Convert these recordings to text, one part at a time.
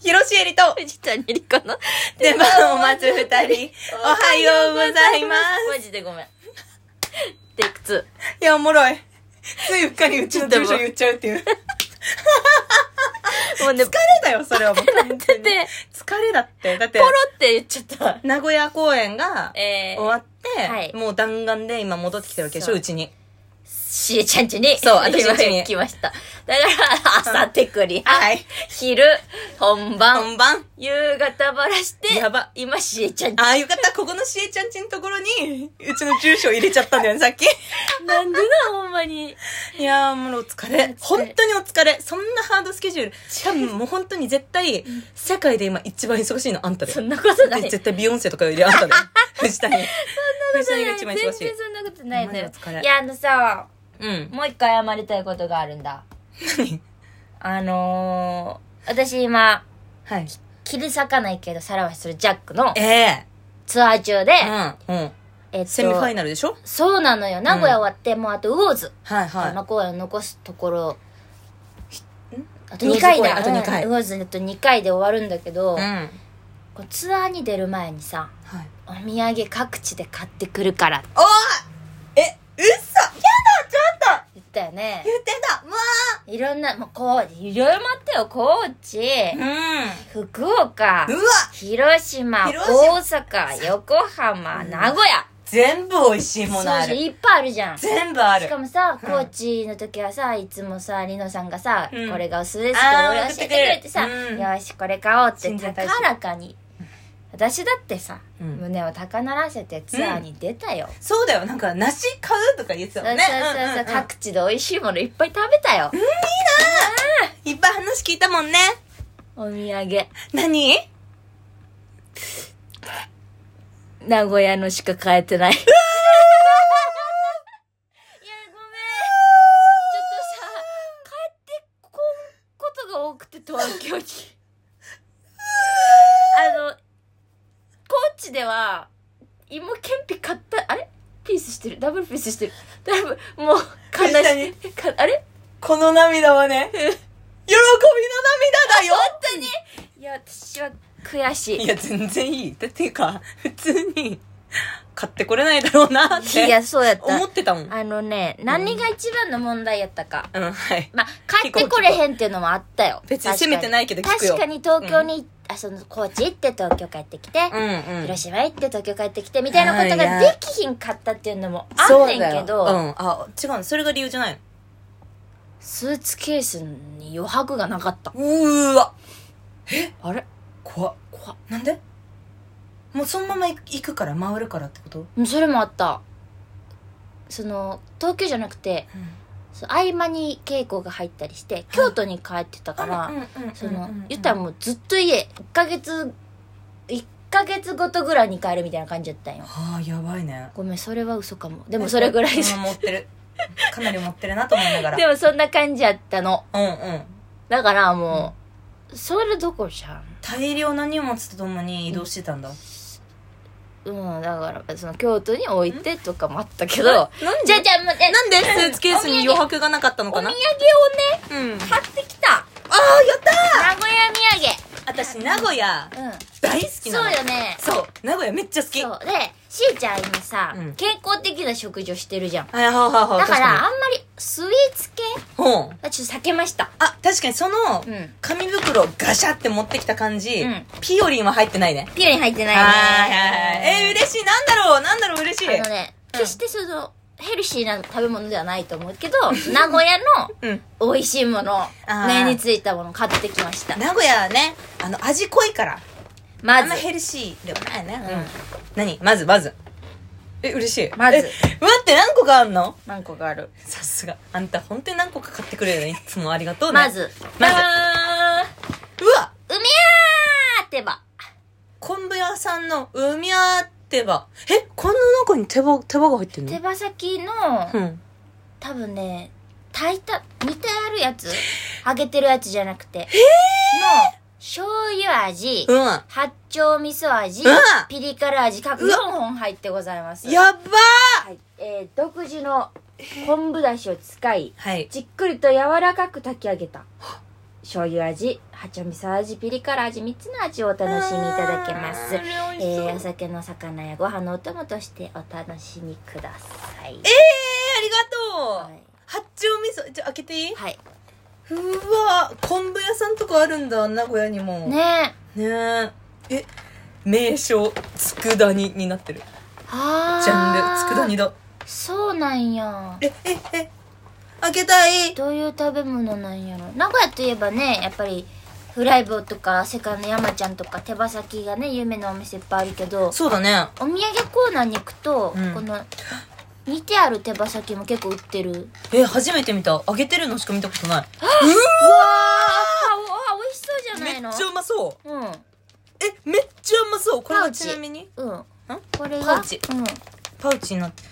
広ロシエリと、藤谷莉子の出番を待つ二人、おはようございまマジでごめんテイク2す。いや、おもろい。ついうっかりうちの事務所言っちゃうっていう。疲れもうねポだよ、それはもう。なってて疲れだって。だってロ、って言っちゃった名古屋公演がえ終ーわって、はいもう弾丸で今戻ってきてるわけでしそょ、ううちに。しーちゃんちにそう私んちに今来ましただから朝手繰りはい昼本番本番。夕方ばらしてやば今しーちゃんちああ、よかった。ここのしえちゃんちのところに、うちの住所入れちゃったんだよね、さっき。なんでなほんまにいやーもうお疲れ。本当にお疲れ。そんなハードスケジュール。多分もう本当に絶対、世界で今一番忙しいのあんたでそ。んなことないで絶対ビヨンセとかよりあんた だよ。藤谷。藤谷が一番忙全しい然。そんなことないおのよ前の疲れいやあのさうん。もう一回謝りたいことがあるんだ 何あのー、私今はい。切り裂かないけどさらわしするジャックのええツアー中で、うん。うん。えっと、セミファイナルでしょそうなのよ名古屋終わって、もうあと魚津はいはい。の公演を残すところあと魚2津回公演だあと二回うん魚津あと2回で終わるんだけど、うん。こうツアーに出る前にさはい。お土産各地で買ってくるからっておーえ、嘘やだちょっと言ったよね言ってたうわいろんなもうこういろいろ待ってよ高知う福岡ん。うわ広島広島大阪横浜名古屋全部美味しいものあそうる。いっぱいあるじゃん全部あるしか。もさ、うんコーチの時はさ、いつもさ、リノさんがさ、うんこれがおすすめですあー俺が教えてくれてさ、送ってくれるうんよし、これ買おうって信じたいし高らかに。私だってさ、うん胸を高鳴らせてツアーに出たよ。そうだよ。なんか、梨買うとか言ってたそもうんそね。うそうそう、各地で美味しいものいっぱい食べたよ。いっぱい話聞いたもんね。お土産。何名古屋のしか買えてない。いや、ごめん。ちょっとさ、帰ってこんことが多くて、東京に。あの、高知では、芋けんぴ買った、あれピースしてる。ダブルピースしてる。だいぶ、もう、悲確かしいに。かあれこの涙はね、喜びの涙だよ本当にいや、私は悔しいい。や、全然いい。だっていうか、普通に、買ってこれないだろうなっいて、や、そうやっ。思ったてたもん。あのね、何が一番の問題やったか。うん、はい。まあ、帰ってこれへんっていうのもあったよ。別に責めてないけど聞くよ確かに東京に、あ、その、高知行って東京帰ってきて、うんうん。広島行って東京帰ってきて、みたいなことができひんかったっていうのもあんそうねんだよけど、うん。あ、違うの。それが理由じゃないスーツケースに余白がなかった。の。うーわ。あれ怖っ。怖っなんでもうそのまま行くから、回るからってことうんそれもあった。その、東京じゃなくて、その合間に稽古が入ったりして、京都に帰ってたから、うんうんうんうんその、言ったらもうずっと家、1ヶ月、1ヶ月ごとぐらいに帰るみたいな感じだったんよ。ああ、やばいね。ごめんそれは嘘かもでもそれぐらいでうん持ってる。かなり持ってるなと思いながら。 でもそんな感じやったのうんうん。だからもう、それどころじゃん大量の荷物とともに移動してたんだ。うんだからその京都に置いてとかもあったけどなんじゃあじゃあ待ってなんでスーツケースに余白がなかったのお土か産なをうねん。買ってきたああ、やった名古屋ー私、名古屋、土産うん大好きそなの。うよねそう。名古屋めっちゃ好き。そはうでしーちゃん今さ、うん健康的な食事をしてるじゃんいはいはいはい。だからあん確まりスイーツ系かにほうはちょっと避けましたあ、確かにそのうん、紙袋をガシャって持ってきた感じうん、ピオリンは入ってないね。ピューに入ってないねえー、嬉しい。なんだろうなんだろう嬉しい。あのね、うん決してその、ヘルシーな食べ物ではないと思うけど、 名古屋うん。の美味しいものー、目についたもの買ってきました。名古屋はね、あの、味濃いから。まあんまず、ヘルシーではないね。うん何まず、まず。え、嬉しい。まずえ待って、何個かあんの何個があるさすが。あんた、本当に何個か買ってくれるね。いつもありがとうね。ま。ず、まずうわうわーってば。昆布屋さんの、うみゃーってば。え、この中に手羽、手羽が入ってんの手羽先の、うん。多分ね、炊いた、煮てあるや つ揚げてるやつじゃなくて。の、醤油味、うん。八丁味噌味うわ、ピリ辛味、各う4わ本入ってございます。やばーはい、えー独自の昆布だしを使い、はい。じっくりと柔らかく炊き上げた。醤油味八味噌味ピリ辛味3つの味をお楽しみいただけますあーあれえ美味しそうーお酒の魚やご飯のお供としてお楽しみくださいえー、ありがとう、はい八丁味噌じゃあ開けていいはい、うわ昆布屋さんとかあるんだ名古屋にもねえねええ名称佃煮になってるあージャンル佃煮だそうなんやえええ開けたいどういう食べ物なんやろ名古屋といえばねやっぱりフライボーとかセカの山ちゃんとか手羽先がね有名なお店いっぱいあるけどそうだねお土産コーナーに行くと、うんこの煮てある手羽先も結構売ってるうわーえ初めて見た揚げてるのしか見たことないあおあ美味しそうじゃめないっのちゃうまそううんえめっちゃうまそうこれパはウちチなみにうんんこれがパウチうん、ちょパウチになって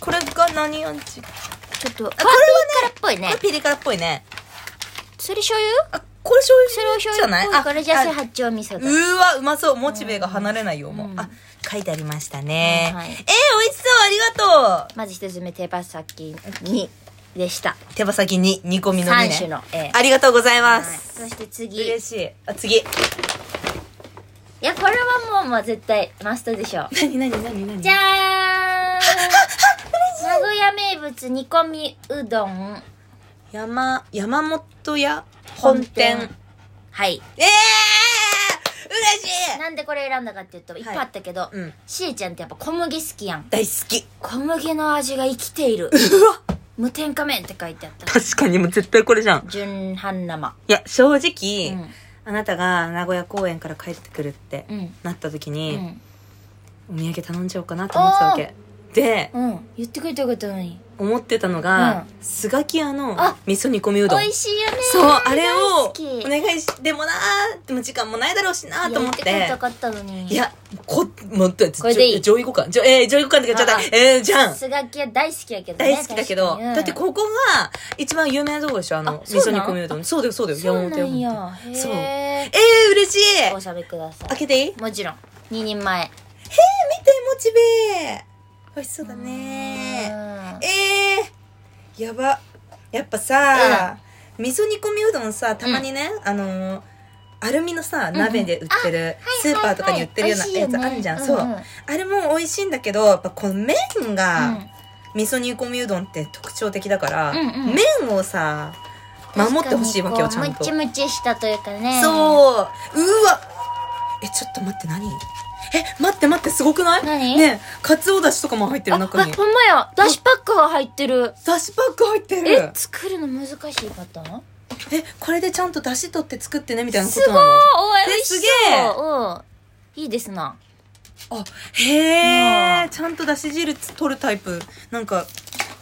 これが何味こっとパれはねラっぽいねれピリ辛っぽいねそれ醤油あこれ醤それを油醤じゃ油ないっぽいからじゃあそあれ八丁味噌だうーわうまそうモチベが離れないよもう、うんあ書いてありましたね、うんはいえー、美味しそうありがとまず一つ目手羽先にでしたう手羽先に煮込みの三ね種のえありがとうございはまいす、そして次い嬉しいあ次やこれはもうもう絶対マストでしょう何何何何じゃーん名古屋名物煮込みうどん山山本屋本店本店はいええー、嬉しいなんでこれ選んだかっていうといっぱいあったけど、うんしーちゃんってやっぱ小麦好きやん大好 き小麦の味が生きている無添加麺って書いてあった確かにもう絶対これじゃん純半生いや正直、うんあなたが名古屋公園から帰ってくるってうんなった時うに、ん、お土産頼んじゃおうかなと思ってたわけでうん、言ってくれたことない思ってたのが、うスガキ屋のあ味噌煮込みうどん美味しいよねそうあれ大を好きお願いしでもなーでも時間もないだろうしなーと思って言ってくれたかったのにいやこもっとこれでいい上位互換じょえー、上位互換って言っちゃったえー、じゃんスガキは大好きやけど、ね、大好きだけど、確かにうんだってここが一番有名なとこでしょあのあ味そ噌うな煮ん込みうどんそうだよそうだよそうなん山本屋や本店そうえへえー、嬉しいおしゃべりくださ開いけていい見てもちろん2人前モチベ美味しそうだねうんえー、やばやっぱさ、味噌煮込みうどんさたまにね、あのーアルミのさんうん鍋で売ってる、スーパーとかに売ってるようなはいはいやはいつあるじゃん、美味しいそよう、ねうんうんあれも美味しいんだけどやっぱこの麺うんが味噌煮込みうどんって特徴的だから、うんうん麺をさ守ってほしいわけよち確ゃんかにとこうそうムチムチしたというかねうわえちょっと待って何え待って待ってすごくない何ねえかつおだしとかも入ってある中にあほんまやだしパックが入ってるだしパック入ってるえ作るの難しいパターンえこれでちゃんと出汁取って作ってねみたいなこすごといなのおえい美味しすげえそううんいいですなあへうえちゃんと出汁汁取るタイプなんか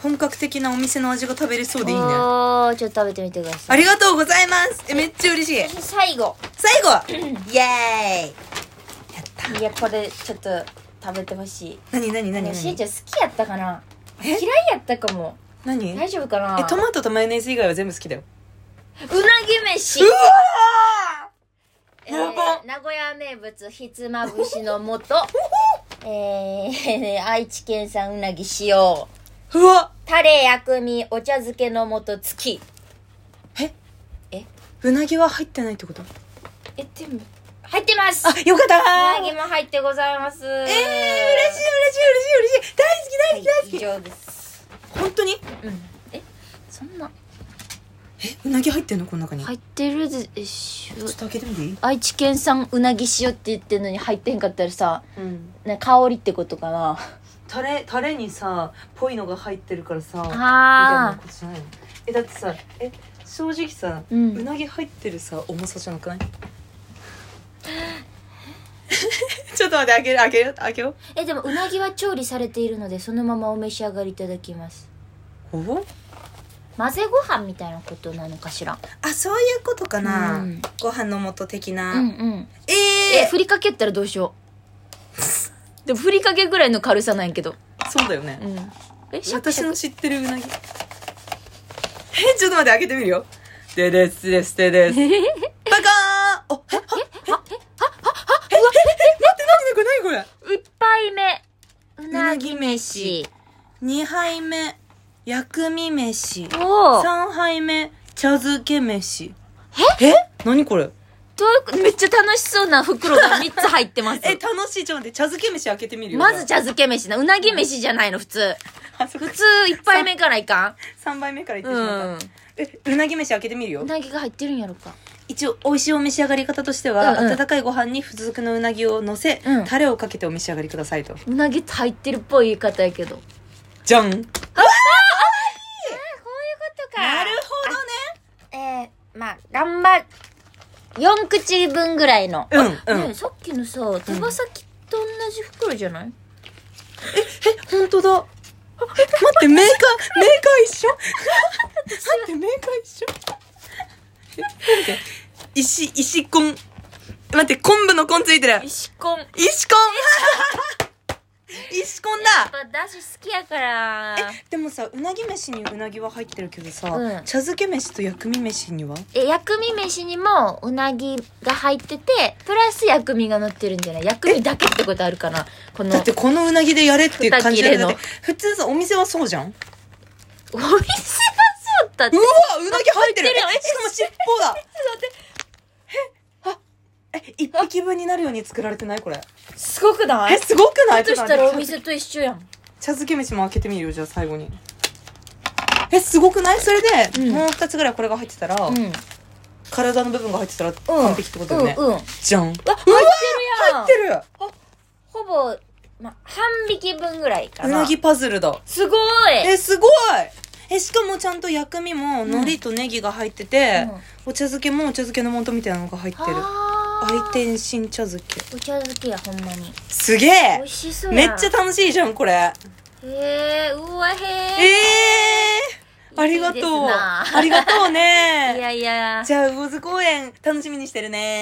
本格的なお店の味が食べれそうでいいねあおーちょっと食べてみてくださいりがとうございますえめっちゃ嬉しい最後最後イエーイやったいやこれちょっと食べてほしい何何何ねしー何ちゃん好きやったかなえ嫌いやったかも何大丈夫かなえトマトとマヨネーズ以外は全部好きだようなぎ飯えーやば名古屋名物ひつまぶしのもと えー、愛知県産うなぎ使用うわタレ薬味お茶漬けの素付きうなぎは入ってないってことえでも入ってますあよかったうなーぎも入ってございますえー、えー、嬉しい嬉しい嬉しい嬉しい大好き大好き以大好上ですき本当にうんえそんなえうなぎ入ってんのこの中に入ってるでしちょょっと開けてみていい愛知県産うなぎ塩って言ってるのに入ってへんかったらさ、うんね、香りってことかなタレタレにさぽいのが入ってるからさみたいあなことじゃないのえだってさえ正直さ、ううんなぎ入ってるさ重さじゃなくない ちょっと待って開ける開ける開けようえでもうなぎは調理されているのでそのままお召し上がりいただきますお混ぜご飯みたいなことなのかしらあそういうことかな、うんご飯の素的うな、んうんえええふりかけやったらどうしようでもふりかけぐらいの軽さなんやけどそうだよね、うんえシャキ私シャの知ってるうなぎえちょっと待って開けてみるよでですですでですバカーンおえはキあえ何これ何これ一杯目ううななぎぎ飯飯2杯目薬味飯おお3杯目茶漬け飯え何これどういうこめっちゃ楽しそうな袋が3つ入ってますえ楽しいちょっと待って茶漬け飯開けてみるよ まず茶漬け飯なうなぎ飯じゃないの普通あそっか普通1杯目からいか3杯目からいっんてうしまんった、えうなぎ飯開けてみるうよなぎが入ってるんやろか一応美味しいお召し上がり方としては、うんうん温かいご飯に付属のうなぎを乗せ、うんタレをかけてお召し上がりくださいとうなぎ入ってるっぽい言い方やけどこういうじゃんなることほどねえー、まあ頑張4口分ぐらいの、うんうん、ねえさっきのさ手羽先と同じ袋じゃない、え本当だえ待ってメーカーメーカー一緒待ってメーカー一緒えなんだっけ石石コン待って昆布のコンついてる石こんやっ石コン石コンだぱだし好きやからでもさうなぎ飯にうなぎは入ってるけどさ、うん茶漬け飯と薬味飯にはえ薬味飯にもうなぎが入っててプラス薬味が乗ってるんじゃない薬味だけってことあるかなこのだってこのうなぎでやれっていう感じだ二切れよのだって普通さお店はそうじゃんお店はそうだってうわうなぎ入ってる入ってるよえしかも尻尾だえあえ一匹分になるように作られてないこれすごくないえすごくないとしたらお店と一緒やん茶漬け飯も開けてみるよじゃあ最後にえすごくないそれで、うんもう2つぐらいこれが入ってたら、うんうん体の部分が入ってたら完璧ってことだよね、うんうんじゃん入あ入っっててるやんるほぼ、ま、半匹分ぐらいかうななぎパズルだすごいえすごいえしかもちゃんと薬味も海苔とネギが入ってて、うんお茶漬けもお茶漬けの素みたいなのが入ってるあー愛天新茶漬けお茶漬けやほんまにすげ美え味しそうやめっちゃ楽しいじゃんこれへえうわえへええー、ありがとういいですなありがとう いねやいやじゃあ魚津公園楽しみにしてるね